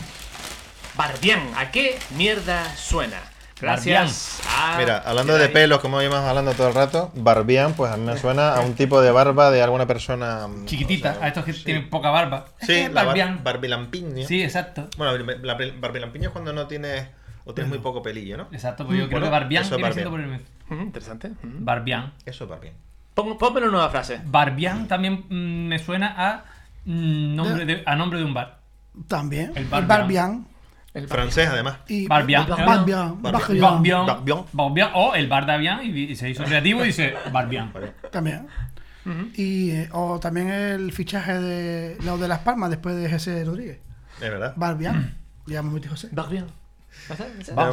D: Barbián, ¿a qué mierda suena? Gracias. Ah,
A: Mira, hablando
D: mira
A: de
D: ahí.
A: pelos, como llevamos hablando todo el rato, barbián, pues a mí me suena a un tipo de barba de alguna persona. mm,
B: Chiquitita,
A: o sea,
B: a estos que
A: sí. Eh,
B: tienen poca barba.
A: Sí, la
B: Barbián.
A: bar- barbilampiño.
B: Sí, exacto.
A: Bueno, la la barbilampiño es cuando no tienes o tienes muy poco pelillo, ¿no?
B: Exacto, pues yo creo
A: Bueno,
B: que Barbián
A: eso es
B: viene
A: Barbián.
B: siendo por el
D: Mm, interesante. Mm.
B: Barbián.
A: Eso es barbián.
D: Pon- Ponme una nueva frase.
B: Barbián también mm, me suena a, mm, nombre de, a nombre de un bar.
C: También.
B: El
C: El
B: Barbian.
C: Barbian.
D: El
A: Francés, además.
C: Y
B: Barbian.
C: Barbian.
A: Barbian.
C: Barbian.
B: Barbián.
A: Barbián.
B: Barbián. O el bar de Avián y, y se hizo creativo y dice Barbián.
C: También. Y eh, o también el fichaje de lo de Las Palmas después de José Rodríguez.
A: Es verdad.
C: Barbian. Digamos Miti ¿ah? José.
D: Barbián.
B: Ba-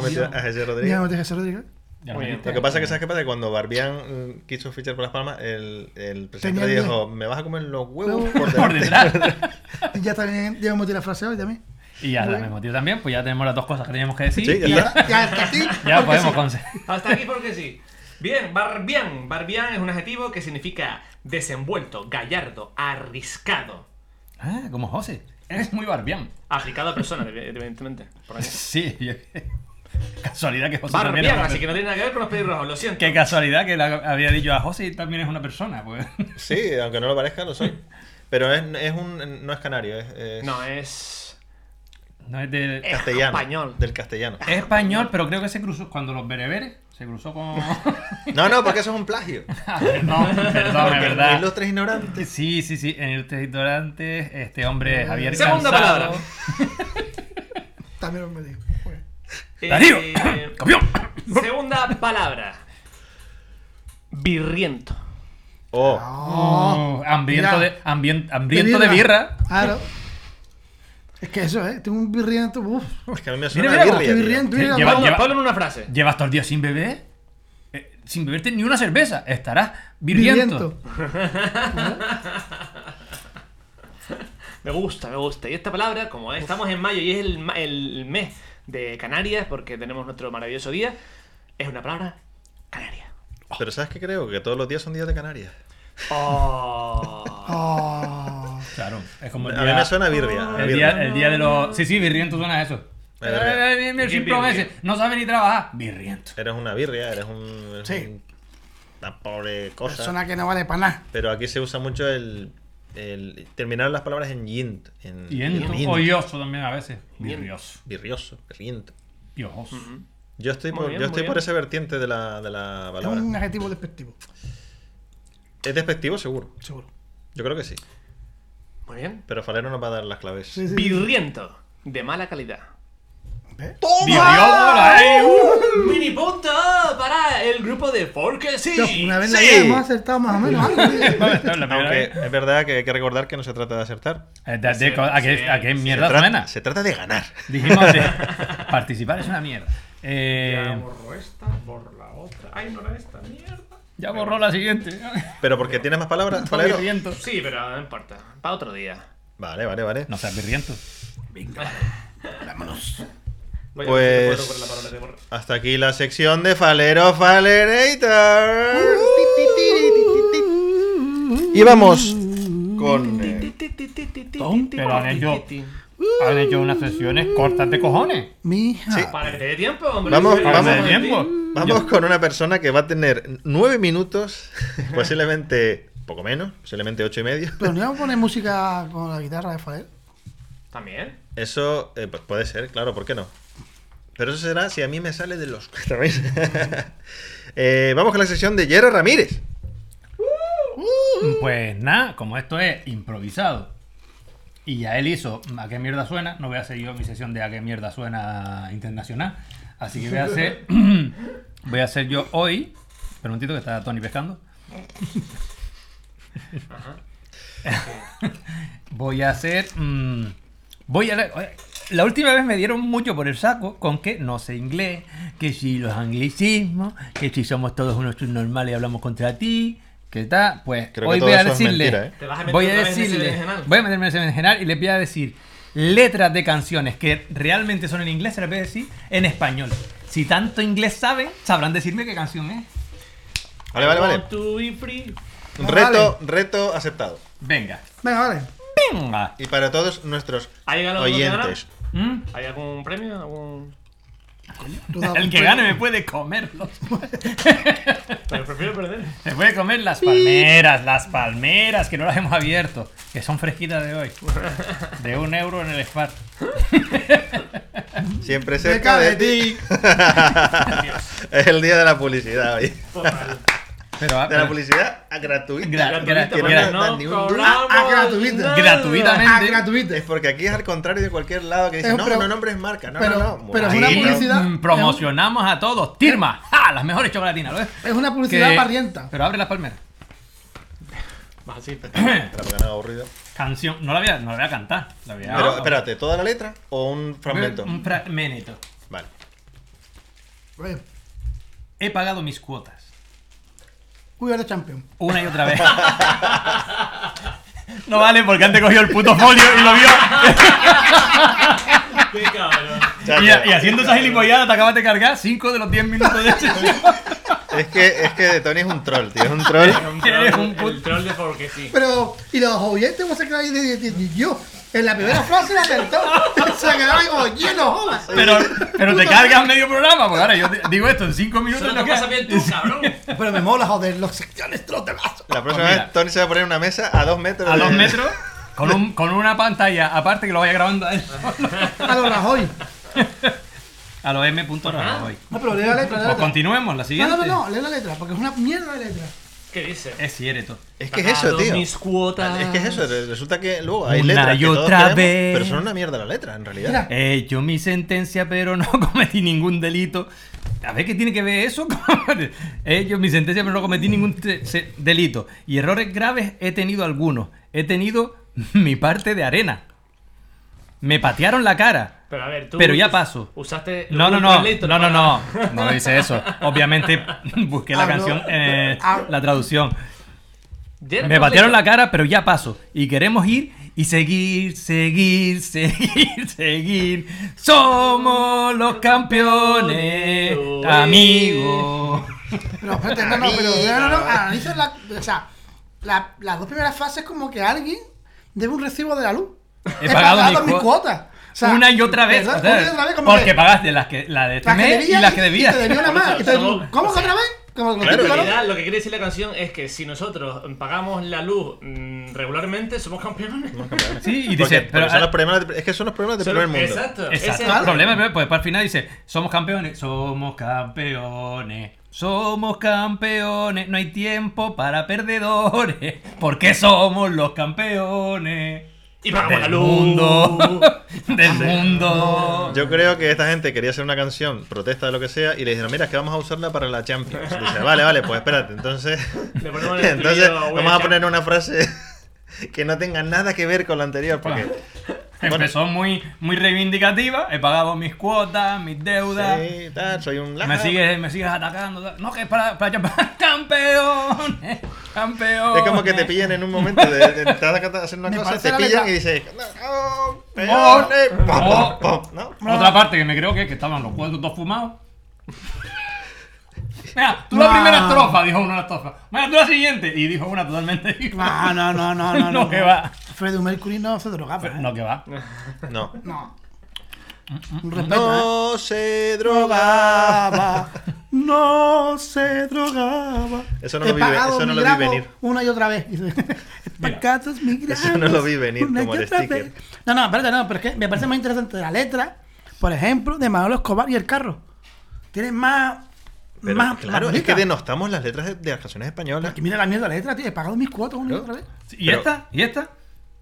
A: Tengo que meter a Jesse Rodríguez.
C: Digamos de José Rodríguez.
B: Ya
D: Muy
B: me
D: bien.
B: diste.
A: Lo que pasa es que, ¿sabes qué pasa? Que Cuando Barbián mm, quiso fichar por Las Palmas, el, el presidente
C: Tenía
A: le
C: el
A: dijo, me vas a comer los huevos
C: Huevos
A: por
B: Por
A: delante.
B: detrás.
A: [laughs]
C: Y ya también digamos de la frase hoy también.
B: Y ya, al mismo tío también, pues ya tenemos las dos cosas que teníamos que decir.
A: Sí,
B: y
A: ya
B: ya,
A: está.
C: Ya hasta aquí.
B: ya podemos conseguir.
D: Hasta aquí porque sí. Bien, barbián. Barbián es un adjetivo que significa desenvuelto, gallardo, arriscado.
B: Ah, como José. Eres muy Barbián.
D: Arriscado persona, evidentemente. Por ahí.
B: Sí. yo- [laughs] casualidad que José también es
D: Barbián,
B: una
D: así
B: persona.
D: que no tiene nada que ver con los pelirrojos, lo siento.
B: Qué casualidad que le había dicho a José y también es una persona. Pues. [laughs]
A: Sí, aunque no lo parezca, lo soy. Pero es, es un, no es canario, es, es
D: No, es.
B: No es de...
D: Eh.
A: castellano.
D: español.
A: Del castellano.
B: Es español, pero creo que se cruzó cuando los bereberes se cruzó con. [laughs]
A: No, no, porque eso es un plagio.
D: [laughs]
B: no, perdón, es
A: Porque
B: verdad.
A: Ilustres ignorantes.
B: Sí, sí, sí. En el ignorantes, este hombre es Javier
D: Segunda
B: Cansado.
D: palabra.
C: También me dijo. Bueno.
B: Darío,
D: Eh,
B: [coughs]
D: [coughs]
B: campeón.
D: segunda palabra. Virriento.
A: Oh,
B: Oh, hambriento
C: mira.
B: de, ambien- hambriento de birra.
C: Claro. Es que eso, ¿eh? Tengo un birriento. Uf.
A: es que a mí me suena
B: Mira, mira,
A: a birria,
C: Estoy
A: tío.
C: birriento. mira,
B: Lleva-
D: Pablo,
B: lleva-
D: Pablo en una frase.
B: ¿Llevas todo el día sin beber? Eh, sin beberte ni una cerveza. Estarás virriento.
C: birriento.
D: Me gusta, me gusta. Y esta palabra, como estamos en mayo y es el, ma- el mes de Canarias, porque tenemos nuestro maravilloso día, es una palabra canaria.
A: Pero ¿sabes qué creo? Que todos los días son días de Canarias.
D: Oh.
C: Oh.
B: Claro, es como el
A: A
B: día,
A: mí me suena a birria. a
B: Oh. el,
A: birria.
B: día, el día de los. Sí, sí, virriento suena a eso.
A: Es verdad.
B: Eh, eh, eh, el
D: ¿Y qué
B: simplón
D: birria?
B: ese, No sabe ni trabajar. Virriento.
A: Eres una birria, eres un... eres
C: Sí.
A: un- una pobre cosa.
C: Persona Oh, que no vale para nada.
A: Pero aquí se usa mucho el, el terminar las palabras en yint. En,
B: Y ento.
A: en yint.
B: Oyoso también a veces.
D: Bien.
B: Virrioso.
A: Birrioso, birriento.
B: Piojoso.
A: Yo estoy
D: Muy
A: por,
D: bien,
A: yo
D: muy
A: estoy por
D: bien.
A: esa vertiente de la, de la
C: Es
A: palabra.
C: un adjetivo despectivo,
A: Es despectivo, seguro.
C: seguro.
A: Yo creo que sí.
D: [laughs] Muy bien.
A: Pero Falero nos va a dar las claves.
C: Sí, sí, sí.
D: Virriento, de mala calidad.
C: ¿Ves?
B: Virrioso, ay, [laughs] uh.
D: Mini punto para el grupo de Porque sí.
C: Tío, Una vez la
D: Sí.
C: hemos acertado más o menos algo. ¿eh?
B: Esta es la primera
A: Aunque
B: vez.
A: es verdad que hay que recordar que no se trata de acertar.
B: Eh, de- de-
D: Sí,
B: ¿A qué-
D: sí,
B: a qué
D: sí.
B: mierda
A: Tra-
B: suena?
A: se trata de ganar.
B: Dijimos de [laughs] participar es una mierda. Eh,
D: Ya borro esta, borro la otra. Ay, no era esta mierda.
B: ya borró la siguiente. [laughs]
A: Pero porque tienes más palabras, Falero.
B: Virriento.
D: Sí, pero no importa. Para otro día.
A: Vale, vale, vale.
B: No seas virriento.
D: Voy a ver si recuerdo cuál es la palabra
A: Pues
D: que borré.
A: hasta aquí la sección de Falero Falerator.
C: Uh-huh.
A: Y vamos con eh,
B: Pero han hecho, han hecho unas sesiones cortas de cojones.
C: Mija.
A: Sí.
D: Para que te dé tiempo, hombre.
A: Vamos,
D: Sí,
B: Para
A: vamos.
B: el tiempo.
A: Vamos con una persona que va a tener nueve minutos, [laughs] posiblemente poco menos, posiblemente ocho y medio.
C: Pero no íbamos a poner música con la guitarra de Fael.
D: También.
A: Eso eh, pues puede ser, claro, ¿por qué no? Pero eso será si a mí me sale de los... ¿sabéis? [laughs] Eh, vamos con la sección de Jero Ramírez.
B: Pues nada, como esto es improvisado y ya él hizo a qué mierda suena, no voy a hacer yo mi sesión de a qué mierda suena internacional, así que voy a hacer, [clears throat] voy a hacer yo hoy, pero un tito que está Tony pescando. voy a hacer, mm, voy a leer- oye, la última vez me dieron mucho por el saco con que no sé inglés, que si los anglicismos, que si somos todos unos subnormales y hablamos contra ti, que tal, pues
A: Creo que
B: hoy
A: todo
B: voy a
A: eso es
B: decirle,
A: mentira, ¿eh?
D: Te vas a meter
B: voy a
D: otra vez en ese
B: decirle,
D: berenjenal.
B: voy a meterme en ese berenjenal y les voy a decir letras de canciones que realmente son en inglés, se las voy a decir en español. Si tanto inglés saben, sabrán decirme qué canción es.
A: Vale, vale, vale.
D: Want to be free.
A: Reto, reto aceptado.
B: Venga.
C: Venga, vale.
B: Venga.
A: Y para todos nuestros
D: ¿Ha llegado el momento de
A: oyentes.
B: ¿Mm?
A: [laughs]
D: ¿Hay algún premio? ¿Algún...
C: Tú
D: Ah,
C: dabas
B: El
C: un
D: pues,
B: que
C: pe-
B: gane me puede comer los
D: Pero prefiero
A: [laughs]
D: perder.
B: Me puede comer las palmeras, las palmeras que no las hemos abierto, que son fresquitas de hoy. De un euro en el Spar.
A: Siempre cerca
C: Cerca de
A: de ti. [laughs] es el día de la publicidad hoy.
D: Total.
B: Pero, ah,
A: De la
B: pero-
A: publicidad a gratuita.
B: Gra-
D: Gratuito,
B: gra-
D: porque
B: gra-
A: no
D: no
A: ni un
D: cobramos
A: duro.
C: Ah, gratuito.
D: nada.
B: Gratuitamente.
C: Ah,
A: Es
C: gratuito.
A: porque aquí es al contrario de cualquier lado que dice,
C: Es
A: no,
C: pero-
A: no nombres marca. No,
C: pero-
A: no, no.
C: pero es
A: Sí,
C: una
A: no.
C: publicidad.
B: Mm, Promocionamos a todos. Tirma. ¡Ja! Las mejores chocolatinas, ¿lo ves?
C: Es una publicidad
B: Que-
C: pardienta.
B: Pero abre las palmeras.
D: Vas
A: [clears throat]
D: así.
A: Espera, porque no haga aburrido.
B: Canción. No la voy a, no la voy a cantar. La voy a-
A: Pero espérate, ¿toda la letra o un fragmento?
B: Un fragmento.
A: Vale.
C: Oye,
B: He pagado mis cuotas.
C: We are the champion.
B: Una y
A: [laughs]
B: otra vez. No vale porque antes cogió el puto folio y lo vio.
D: Qué
A: [laughs]
D: cabrón.
A: Ya,
B: Y,
A: ya.
B: y haciendo esa gilipollada te acabas de cargar 5 de los 10 minutos de este sesión.
A: [laughs] Es que, es que Tony es un troll, tío. Es un troll.
B: Eres un puto-
D: El troll de
A: [laughs]
D: porque sí.
C: Pero, ¿y los oyentes vos se quedáis de, de- de- yo? En la primera frase la acertó. [laughs] se quedaron como lleno, jodas.
B: Pero, pero te cargas medio programa, porque ahora yo te- digo esto en 5 minutos.
D: Solo
B: lo
D: te
B: que-
D: pasa
A: [laughs]
D: bien tú, cabrón.
C: Pero me mola, joder, los secciones troterazos.
A: La próxima
B: Pues mira.
A: vez Tony se va a poner una mesa a dos metros.
B: A
A: de-
B: 2 metros, con, un- con una pantalla, aparte que lo vaya grabando a él.
C: A los Rajoy.
B: A los M. hoy.
C: No, pero lee la letra, lee la
B: Pues
C: letra.
B: continuemos, la
C: No,
B: siguiente.
C: no, no, no, lee la letra, porque es una mierda de letra.
D: ¿Qué dice?
B: Es cierto.
A: Es que es eso,
D: Pagado
A: tío.
D: Mis cuotas.
A: Es que es eso, re- resulta que luego hay
B: Una
A: letras.
B: y
A: que todos
B: otra
A: queremos,
B: vez.
A: Pero son una mierda la letra, en realidad.
C: Mira.
B: He hecho Eh, mi sentencia, pero no [laughs] cometí ningún delito. A ver, ¿qué tiene que ver eso? con- He hecho mi sentencia, pero no cometí ningún te- se- delito. Y errores graves he tenido algunos. He tenido mi parte de arena. Me patearon la cara.
D: Pero a ver, tú.
B: Pero ya paso.
D: Usaste.
B: No, no,
D: Google
B: no,
D: Translate
B: no, no,
D: para-
B: no, no dice eso. Obviamente [laughs] busqué la
C: Hablo-
B: canción, eh,
C: hablo-
B: la traducción.
D: Ya
B: Me
D: era
B: batearon la
D: completo.
B: cara, pero ya paso. Y queremos ir y seguir, seguir, [laughs] seguir, seguir. Somos los campeones, amigos.
C: Pero espérate, no, no, pero no, no, no, analiza la, o sea, la- las dos primeras frases como que alguien debe un recibo de la luz.
B: He pagado mi cuo-
C: cuota. O sea,
B: una y otra vez.
C: ¿verdad?
B: o sea,
C: Una y otra vez, como
B: porque
C: que-
B: pagaste las que, la de este
C: las que
B: mes y
C: debías
B: las que debías.
C: Y te debía una más. Y te-
D: Somos-
C: ¿Cómo que otra vez? Como lo
A: Claro,
D: En
C: típico, ¿no?
D: realidad, lo que quiere decir la canción es que si nosotros pagamos la luz mm, regularmente, somos campeones. [laughs]
B: Sí, [laughs]
A: Porque-
B: y dice,
A: porque
B: pero
A: son los problemas de- es que son los problemas del
D: Solo-
A: primer mundo.
D: Exacto. ese
B: Exacto.
D: es
B: El problema es, pues, para el final dice, somos campeones, somos campeones, somos campeones, no hay tiempo para perdedores, porque somos los campeones.
D: Y pagamos la
B: del
D: luz.
B: mundo, del mundo.
A: Yo creo que esta gente quería hacer una canción, protesta de lo que sea, y le dijeron, mira, es que vamos a usarla para la Champions. Dice, vale, vale, pues espérate. Entonces,
D: Le ponemos
A: [laughs]
D: el
A: entonces
D: estribillo, "We
A: vamos a
D: are
A: poner una frase [laughs] que no tenga nada que ver con la anterior, porque
B: Empezó Em, muy, muy reivindicativa, he pagado mis cuotas, mis deudas.
A: sí, tal, soy un
B: Me
A: laja.
B: sigues, me sigues atacando. tal. No, que es para, para llamar [laughs] campeones, campeones.
A: Es como que te pillan en un momento de, de, de- de hacer una
C: Me
A: cosa,
C: parece
A: te
C: la
A: pillan
C: letra-
A: y dices, "No, oh, peones, pom, pom, pom", ¿no?
B: Otra parte que me creo que es que estaban los cuatro todos fumados. Mira, tú la
C: Wow.
B: primera estrofa, dijo una estrofa. Mira, tú la siguiente. Y dijo una totalmente diferente.
C: No, no, no, no, no.
B: No, que va.
C: Freddie Mercury no se drogaba. ¿eh?
B: [laughs] No, Mm, que va.
A: No.
C: No. Un respeto, ¿eh?
A: No se drogaba.
C: No se drogaba.
A: Eso no
C: He
A: lo vi-
C: pagado
A: eso no
C: mi
A: lo vi
C: gramo
A: venir.
C: Una y otra vez. Pacatos
A: Eso no lo vi venir,
C: una
A: como
C: y
A: el
C: otra
A: sticker.
C: vez. No, no, espérate, no, pero es que me parece más interesante la letra, por ejemplo, de Manolo Escobar y el carro. Tienes más.
A: Pero
C: más
A: claro,
C: más
A: es que
C: bonita.
A: denostamos las letras de, de las canciones españolas.
C: Porque mira la mierda de la letra, tío. He pagado mis cuotas una y
A: Claro.
C: otra vez.
B: ¿Y
A: Pero-
B: esta? ¿Y esta?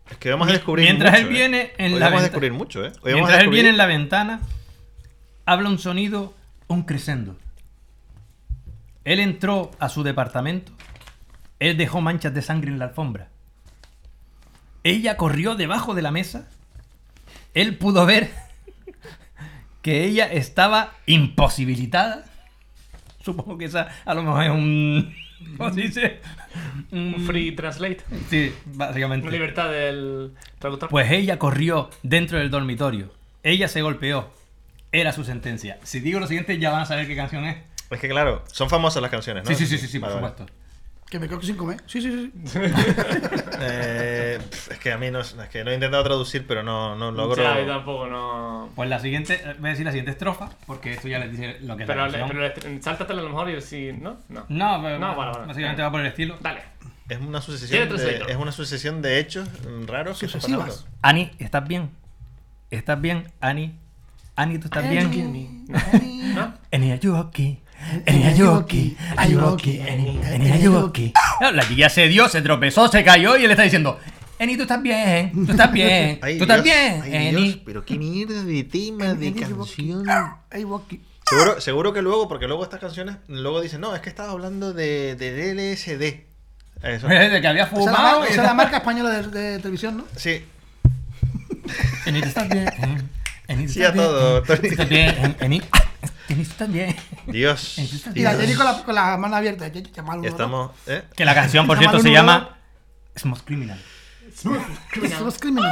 A: Es que vamos a descubrir
B: mientras
A: mucho,
B: él
A: ¿eh?
B: viene en
A: Hoy
B: la
A: vamos a
B: venta-
A: descubrir mucho, ¿eh? Hoy vamos a
B: Mientras él
A: descubrir-
B: viene en la ventana, habla un sonido, un crescendo. Él entró a su departamento. Él dejó manchas de sangre en la alfombra. Ella corrió debajo de la mesa. Él pudo ver [laughs] que ella estaba imposibilitada. [laughs] Supongo que esa a lo mejor es un... [laughs] ¿Cómo se dice?
D: Un [laughs] free translate.
B: Sí, básicamente.
D: Una libertad del traductor.
B: Pues ella corrió dentro del dormitorio. Ella se golpeó. Era su sentencia. Si digo lo siguiente, ya van a saber qué canción es.
A: Es que claro, son famosas las canciones, ¿no?
B: Sí, sí, sí, sí, sí, por
A: Vale, vale.
B: supuesto.
C: Que me quedo sin comer. Sí, sí, sí. sí.
A: Eh, pf, es que a mí no, es es que lo he intentado traducir, pero no, no logro.
D: Ya, yo tampoco no.
B: Pues la siguiente, voy a decir la siguiente estrofa, porque esto ya les dice lo que es la
D: Pero, le-
B: canción.
D: pero le- sáltatela a lo mejor y si. ¿No? No.
B: No, pero
D: No, vale, vale.
B: básicamente va por el estilo.
D: Dale.
A: Es una
D: Tiene
A: sucesión
D: tres
A: de,
D: letras.
A: es una sucesión de hechos mm, raros que están
C: Sucesivas.
A: pasando.
B: Ani, ¿estás bien? ¿Estás bien, Ani? Ani, ¿tú estás bien?
D: ¿No?
B: Ani, are you okay?
C: Ani,
B: Ani,
C: are
B: are
C: you
B: you
C: okay?
B: Are you okay? Ani, Ani, are you okay? Claro, la chiquilla se dio, se tropezó, se cayó y él está diciendo, Ani, tú estás bien, tú estás bien,
A: Ay,
B: tú estás
A: Dios,
B: bien,
A: ay, Dios,
B: Ani.
A: pero qué mierda de tema, de canción.
C: Ey, Woki.
A: Seguro, seguro que luego, porque luego estas canciones, luego dicen, no, es que estabas hablando de, de LSD. Eso.
B: [laughs] Desde que había
C: Esa es la
B: fumado.
C: marca-
B: y-
C: esa es la marca española de, de televisión, ¿no?
A: Sí,
B: Ani, tú estás bien. Ani, tú
A: Sí,
B: estás
A: a todo,
B: bien. Tú
A: Tony.
B: estás bien, Ani. Ani, tú estás bien.
A: Dios.
C: Y la
A: Dios.
C: Jenny con la, con la mano abierta. Ye- ye- llamar al
A: Y
C: 112.
A: estamos, ¿eh?
B: Que la canción, por cierto, se llama Smooth Criminal.
C: Somos criminal.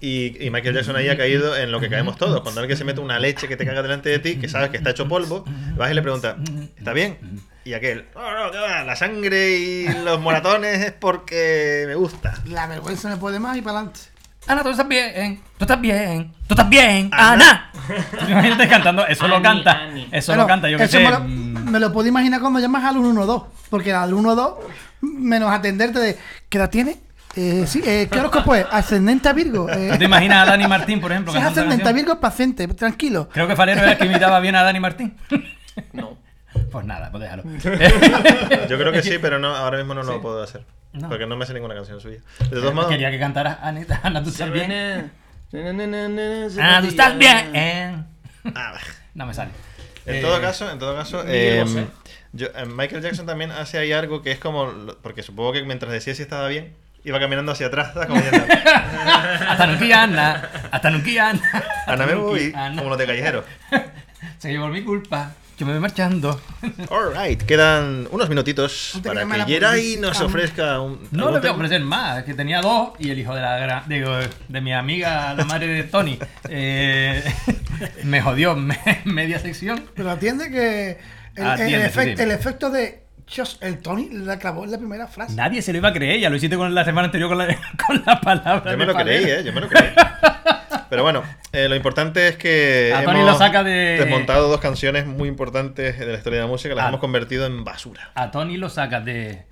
A: Y, y Michael Jackson ahí ha caído en lo que caemos todos. Cuando alguien se mete una leche que te caga delante de ti, que sabes que está hecho polvo, vas y le preguntas, ¿está bien? Y aquel, "No, no, ¿qué va? la sangre y los moratones es porque me gusta.
C: La vergüenza me puede más y para adelante.
B: Ana, tú estás bien, tú estás bien, tú estás bien,
A: Ana.
B: Ana. Imagínate cantando, eso lo
D: Ani,
B: canta,
D: Ani.
B: eso
C: Bueno,
B: lo canta, yo que
C: eso
B: sé.
C: Me lo,
B: mm,
C: me lo puedo imaginar cuando llamas al 112. Porque al 112, menos atenderte de. ¿Qué edad tiene? Eh, sí, eh, ¿qué horóscopo es? Ascendente a Virgo. eh.
B: ¿Tú te imaginas a Dani Martín, por ejemplo?
C: si es
B: cantando esa
C: ascendente a
B: canción?
C: Virgo, es paciente, tranquilo.
B: Creo que Falero era el que imitaba bien a Dani Martín.
D: No.
B: Pues nada, pues [laughs] déjalo.
A: Yo creo que sí, pero no, ahora mismo no lo puedo hacer.
B: No.
A: Porque no me sé ninguna canción suya. De todos modos,
B: Quería que cantaras Ana, Ana, tú estás bien. Ana,
D: Ah,
B: tú estás bien.
A: ah,
B: No me sale.
A: en
B: Eh,
A: todo caso, en todo caso,
D: Miguel
A: eh,
D: Bosé.
A: yo- eh, Michael Jackson también hace ahí algo que es como, lo- porque supongo que mientras decía si estaba bien, iba caminando hacia atrás, ¿sabes? como
B: [laughs]
A: diciendo,
B: Hasta nunca, Ana. Hasta nunca, Ana. Hasta
A: Ana me
B: nunca,
A: voy,
B: Ana.
A: como los de callejero.
B: Se llevó mi culpa. Yo me voy marchando.
A: Alright, quedan unos minutitos
C: Antes que
A: para
C: me la
A: que Yeray
C: publicitan.
A: nos ofrezca un. algún
B: No le voy a
A: tema.
B: ofrecer más, es que tenía dos y el hijo de la gran, digo, de mi amiga, la madre de Tony, eh, [laughs] me jodió me- media sección.
C: Pero atiende que. El, el
B: Ah, Atiende, sí,
C: efect-
B: sí.
C: el efecto de. Dios, el Tony la clavó en la primera frase.
B: Nadie se lo iba a creer, ya lo hiciste con la semana anterior con la, [laughs] con la palabra.
A: Yo me
B: de
A: lo creí,
B: Valera.
A: eh, yo me lo
B: [laughs]
A: creí. Pero bueno, eh, lo importante es que.
B: A Tony
A: hemos
B: lo saca de-
A: Desmontado dos canciones muy importantes de la historia de la música, las
B: Ah.
A: hemos convertido en basura.
B: A Tony lo sacas de...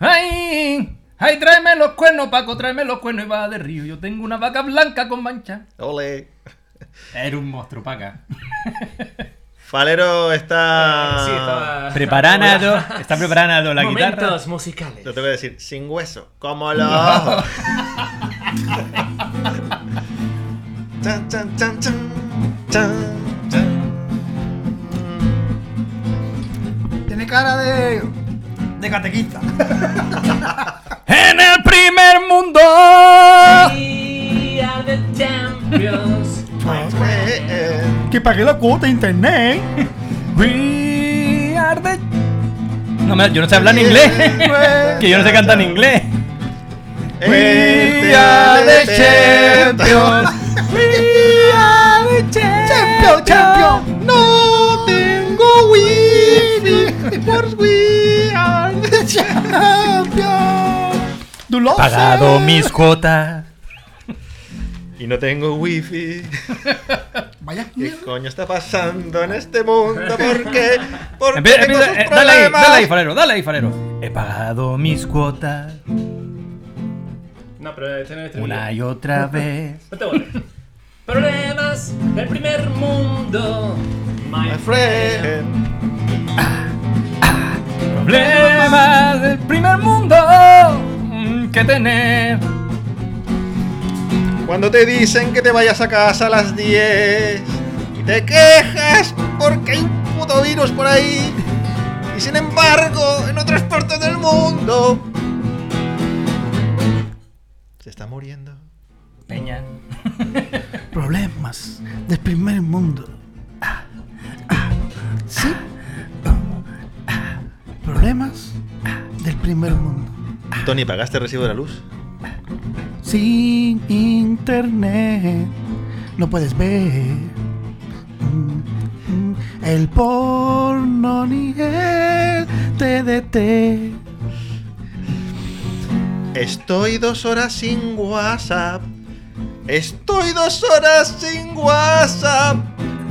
B: ¡Ay! ¡Ay, tráeme los cuernos, Paco! Tráeme los cuernos y va de río. Yo tengo una vaca blanca con mancha.
A: Ole.
B: Era un monstruo, Paca.
A: Falero está.
B: Eh,
D: Sí, estaba.
B: [laughs] Preparado, está preparado la guitarra.
D: Momentos musicales.
A: Lo tengo que decir, sin hueso. Como los ojos.
B: [laughs]
A: Chan, chan, chan, chan, chan, chan.
C: Tiene cara de. de catequista. [laughs]
B: En el primer mundo.
D: We are the champions.
A: Eh, eh, eh.
C: que pagué la cuota de internet.
B: [laughs] We are the- No, me- yo no sé hablar en
C: [laughs]
B: inglés. que yo no sé cantar en inglés.
A: We
B: We are the
C: Champion, champion.
A: No tengo wifi, por we are the champions.
C: Tú lo
B: Pagado
C: sabes.
B: mis cuotas.
A: Y no tengo wifi.
C: Vaya,
A: ¿Qué
C: mierda.
A: coño está pasando en este mundo? ¿Por qué? ¿Por qué
B: Empieza-
A: tengo
B: empieza-
A: sus
B: eh, dale ahí,
A: problemas?
B: dale ahí, farero, dale ahí, farero. He pagado mis cuotas
D: No, pero este no es
B: una y otra vez.
D: No te vuelves. Problemas del primer mundo. My,
A: My friend.
B: Problemas del primer mundo mm, que tener.
A: Cuando te dicen que te vayas a casa a las 10 y te quejas porque hay un puto virus por ahí. Y sin embargo, en otras partes del mundo. Se está muriendo.
B: Peña.
C: Problemas del primer mundo. Sí. Problemas del primer mundo.
A: Tony, ¿pagaste el recibo de la luz?
C: Sin internet no puedes ver mm, mm, el porno ni el TDT.
A: Estoy dos horas sin WhatsApp. Estoy dos horas sin WhatsApp.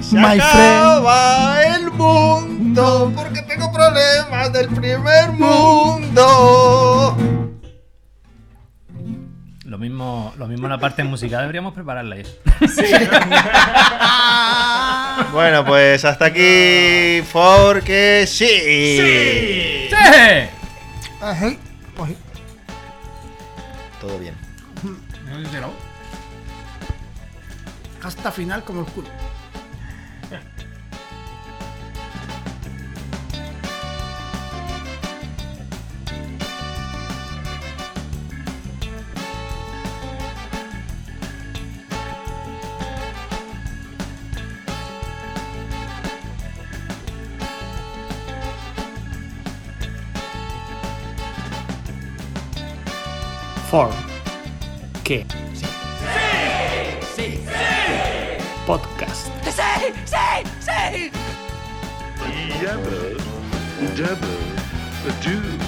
A: Se
C: My friend.
A: acaba el mundo porque tengo problemas del primer mundo.
B: Lo mismo, lo mismo en la parte musical deberíamos prepararla eso.
A: Bueno, pues hasta aquí porque sí.
B: ¡Sí!
C: Ajá, pues,
A: Todo bien.
C: Hasta final como el culo.
E: For qué? Podcast.
F: Jabber, dabber, do.